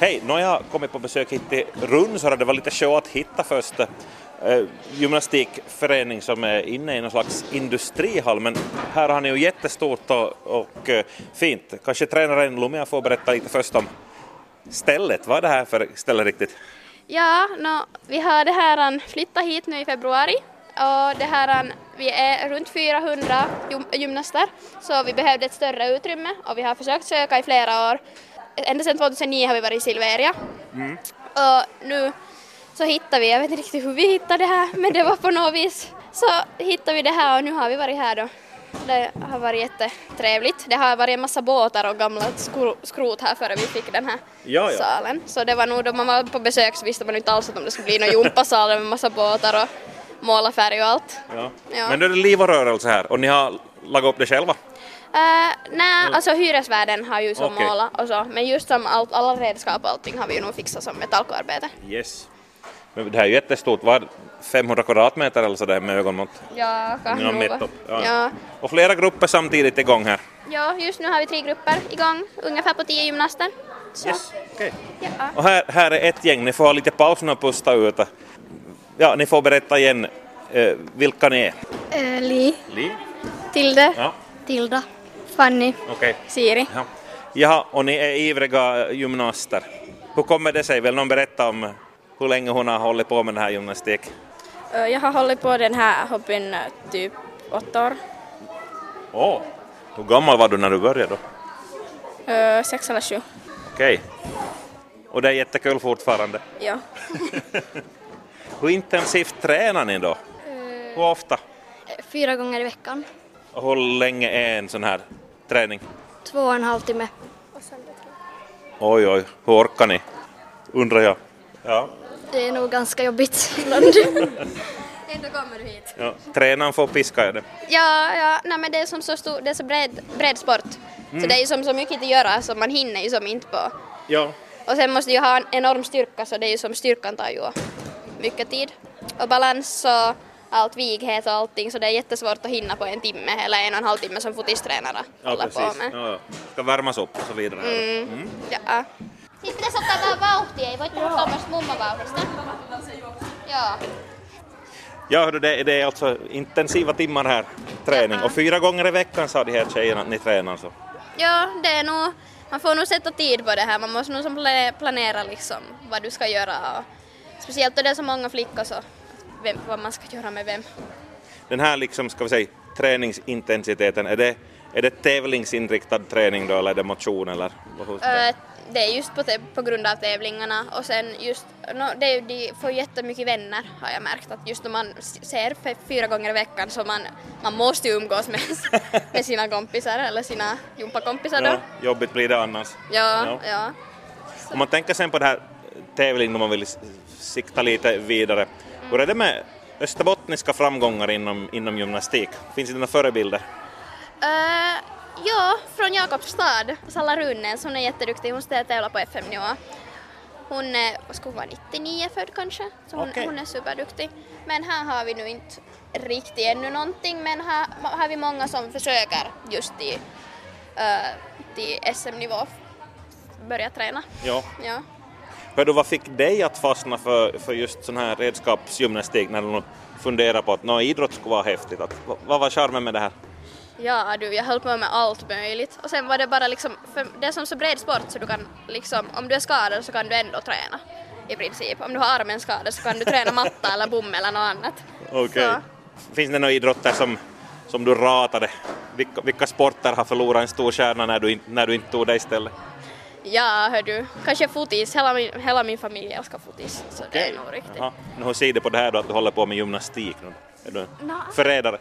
Hej, nu har jag kommit på besök hit till Rundsor och det var lite show att hitta först. Eh, gymnastikförening som är inne i någon slags industrihall men här har ni ju jättestort och, och eh, fint. Kanske tränaren Lumia får berätta lite först om stället. Vad är det här för ställe riktigt? Ja, nå, vi har det här an, flyttat hit nu i februari och det här an, vi är runt 400 gym- gymnaster så vi behövde ett större utrymme och vi har försökt söka i flera år. Ända sedan 2009 har vi varit i Silveria och nu så hittade vi, jag vet inte riktigt hur vi hittade det här men det var på något vis så hittade vi det här och nu har vi varit här då. Det har varit jättetrevligt. Det har varit en massa båtar och gamla skro- skrot här före vi fick den här Ja, ja. salen. Så det var nog då man var på besök så visste man inte alls att om det skulle bli någon gympasal med massa båtar och målarfärg och allt. Ja. Ja. Men då är det liv och rörelse här och ni har lagat upp det själva? Eh, nej, alltså hyresvärden har ju som Mm. Okej. målat och så, men just som allt, alla redskap och allting har vi ju nog fixat som metallarbete. Yes. Men det här är ju jättestort, vad 500 kvadratmeter eller sådär med ögonmått? Ja, kanske Ja, nog. mätt upp. Ja. Ah, Ja. Och flera grupper samtidigt igång här? ja, just nu har vi tre grupper igång, ungefär på tio gymnaster. Så, okej. ja. Och här, här är ett gäng, ni får ha lite paus nu och pusta ut. Ja, ni får berätta igen eh, vilka ni är. Eh, Li, Li? Tilde, Ja, Tilda, Fanny, okej. Siri. Ja. Jaha, och ni är ivriga gymnaster. Hur kommer det sig? Vill någon berätta om hur länge hon har hållit på med den här gymnastik? Ö, Eh, Jag har hållit på den här hobbyn ö, typ åtta år, Åh! Hur gammal var du när du började då? Ö, Eh, sex eller sju. Okej. Och det är jättekul fortfarande. Ja. Hur intensivt tränar ni då? Hur ofta? Fyra gånger i veckan. Och hur länge är en sån här träning? Två och en halv timme. Oj, oj, hur orkar ni? Undrar jag. Ja. Det är nog ganska jobbigt ibland. Ändå kommer du hit. ja. Tränaren får piska er det. Ja, ja, nej men det är som så stor, det är så bred, bred sport. Så det är ju som så mycket att göra så man hinner ju som inte på. Ja. Och sen måste ju ha en enorm styrka så det är ju som styrkan tar ju mycket tid. Och balans och allt vighet och allting så det är jättesvårt att hinna på en timme eller en och en halv timme som fotistränare Ja, håller på precis. med. Ja, ja. Ska värmas upp och så vidare. Mm. Ja. Siis pitäisi ottaa vähän vauhtia, ei voi puhuttaa myös mummovauhdista. Joo. Ja, hördu, det, det är alltså intensiva timmar här, träning. Och fyra gånger i veckan sa de här tjejerna att ni tränar så. Ja, det är nog, man får nog sätta tid på det här. Man måste nog som pla- planera liksom vad du ska göra. Och, speciellt då det är så många flickor så vem, vad man ska göra med vem. Den här liksom, ska vi säga, träningsintensiteten, är det, är det tävlingsinriktad träning då eller är det motion eller? vad- hur ska- Ö, Eh, det är just på, te- på grund av tävlingarna och sen just, no, det är, ju- de får jättemycket vänner har jag märkt att just när man s- ser f- fyra gånger i veckan så man, man måste ju umgås med, med sina kompisar eller sina jumpakompisar då. Ja, jobbigt blir det annars. Ja, ja. Om man tänker sen på det här eh, tävlingen om man vill s- sikta lite vidare. Hur är det med österbottniska framgångar inom, inom gymnastik? Finns det några förebilder? Uh, ja, från Jakobstad. Salla Runnens, hon är jätteduktig. Hon ska tävla på FM-nivå. Hon är, vad ska hon vara, 99 född kanske? Så hon, Okej. hon är superduktig. Men här har vi nu inte riktigt ännu någonting, men här ma- har vi många som försöker just till, eh, till SM-nivå f- börja träna. Ja. Ja. Hör du, vad fick dig att fastna för, för just sån här redskapsgymnastik när du nu funderar på att nå, idrott skulle vara häftigt? Att, vad, vad var charmen med det här? Ja du, jag höll på med allt möjligt. Och sen var det bara liksom, för det är som så bred sport så du kan liksom, om du är skadad så kan du ändå träna. I princip. Om du har armen skadad så kan du träna matta eller bom eller något annat. Så, Finns det några idrotter som, som du ratade? Vilka, vilka sporter har förlorat en stor kärna när du, in- när du inte tog dig istället? ja hör du, kanske fotis. Hela min, hela min familj älskar fotis. Så det är nog riktigt. Jaha. Men Hur ser det på det här då att du håller på med gymnastik nu? Är du en alltså- förrädare?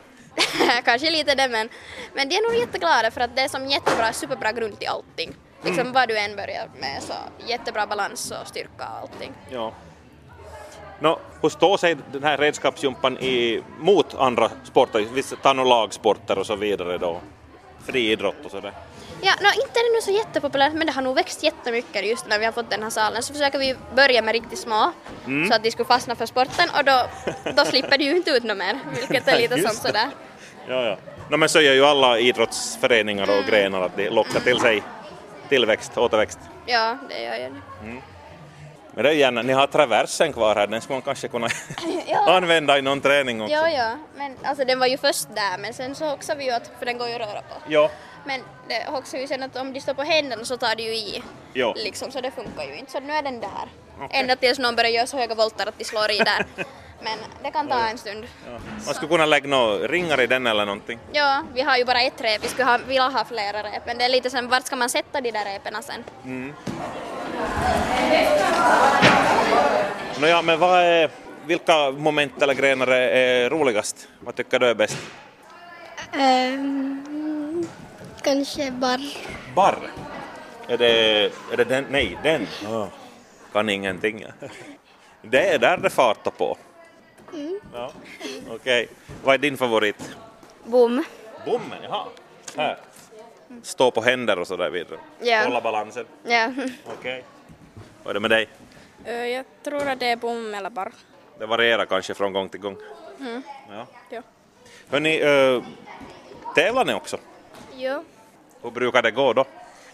kanske lite det men, men de är nog jätteglada för att det är som jättebra, superbra grund till allting. Liksom vad du än börjar med så jättebra balans och styrka och allting. Ja. Nå, hur står sig den här redskapsjumpan i, mot andra sporter? Visst, ta några lagsporter och så vidare då? Friidrott och sådär. Ja, no, inte är det nu så jättepopulärt men det har nog växt jättemycket just när vi har fått den här salen så försöker vi börja med riktigt små Mm. så att de skulle fastna för sporten och då, då slipper de ju inte ut något mer vilket är lite Just som det. sådär. Ja, ja. Nå, Mm. men så gör ju alla idrottsföreningar och grenar att de lockar till sig tillväxt, återväxt. Ja, det gör jag. Men det är ju gärna, ni har traversen kvar här, den skulle man kanske kunna Ja, använda i någon träning också. ja, ja. Men alltså den var ju först där men sen så hoxade vi ju att, för den går ju att röra på. ja. Men det hoxade ju sen att om de står på händerna så tar det ju i. Ja. Liksom, så det funkar ju inte. Så nu är den där. Okej. Ända tills någon börjar göra så höga volter att de slår i där. men det kan ta en stund. Ja. Man skulle kunna lägga några ringar i den eller någonting. Ja, vi har ju bara ett rep. Vi skulle ha, vilja ha flera rep. Men det är lite sen, vart ska man sätta de där repen sen? Nåja, men vad är, vilka eh, moment eh, eller grenar är, är roligast? Vad tycker du är bäst? Ehm, kanske bara... Barr? Är det, är det den? Nej, den. Ja. Kan ingenting. Det är där det fartar på. Ja. Okej. Vad är din favorit? Bom. Bommen, jaha. Här. Stå på händer och så där vidare. Ja. Hålla balansen. Ja. Okej. Vad är det med dig? Eh, Ö, Jag tror att det är bom eller barr. Det varierar kanske från gång till gång. Ja. Ja. Hörni, äh, tävlar ni också? Jo. Hur brukar det gå då?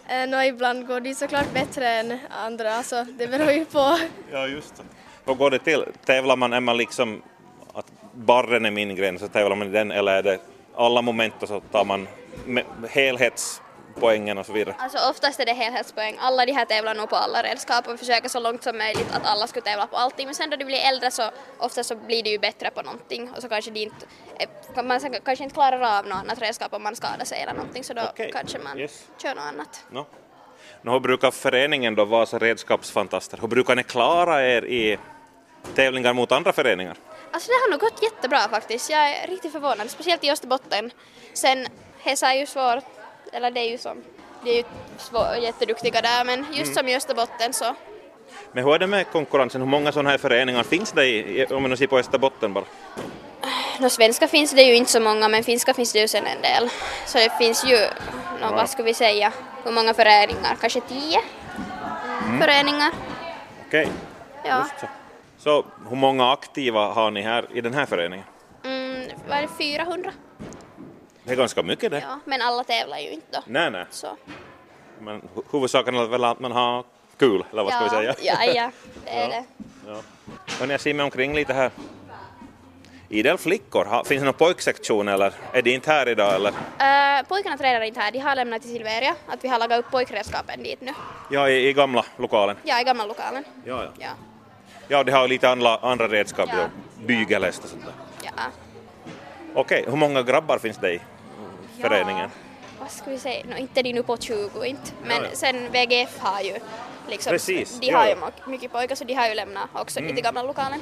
Eh, nå, ibland går det ju såklart bättre än andra, alltså, det beror ju på. Ja, just det. Hur går det till? Tävlar man, är man liksom att barren är min gren så tävlar man i den eller är det alla moment och så tar man me- helhetspoängen och så vidare? Alltså oftast är det helhetspoäng. Alla de här tävlar nog på alla redskap och vi försöker så långt som möjligt att alla skulle tävla på allting. Men sen då de blir äldre så ofta så blir de ju bättre på någonting och så kanske de inte, eh, man sen kanske inte klarar av något annat redskap om man skadar sig eller någonting så då Okej, kanske man yes. kör något annat. No. No, hur brukar föreningen då Vasa redskapsfantaster, hur brukar ni klara er i tävlingar mot andra föreningar? Alltså det har nog gått jättebra faktiskt. Jag är riktigt förvånad, speciellt i Österbotten. Sen Hesa är ju svår, eller det är ju som, de är ju svår, jätteduktiga där men just Mm. som i Österbotten så Men hur är det med konkurrensen, hur många sådana här föreningar finns det i, i- om man ser på Österbotten bara? No, svenska finns det ju inte så många, men finska finns det ju sen en del. Så det finns ju, no, vad ska vi säga, hur många föreningar? Kanske tio föreningar. Okej, Ja. Mm. just så. Så hur många aktiva har ni här i den här föreningen? Mm, vad är det, 400? Det är ganska mycket det. Ja, men alla tävlar ju inte då. Nej, nej. Så. Men hu- huvudsaken är väl att man har kul, eller vad ska ja, vi säga? Ja, ja, det är Ja. det. Ja. Hörni, jag ser mig omkring lite här. Idel flickor, ha- finns det någon pojksektion eller är det inte här idag eller? Uh, pojkarna tränar inte här, de har lämnat till Silveria, att vi har lagat upp pojkredskapen dit nu. Ja, i, i gamla lokalen. Ja, i gamla lokalen. Ja, ja. Ja, Ja, de har lite andra, andra redskap, Ja. ja. bygelhäst och sånt där. ja. Okej, hur många grabbar finns det i föreningen? Ja, vad ska vi säga, no, inte de nu på 20 inte, men Ja, ja. sen VGF har ju liksom, Precis, de ja, har ja. Mm. ju mo- mycket pojkar så de har ju lämnat också dit i gamla lokalen.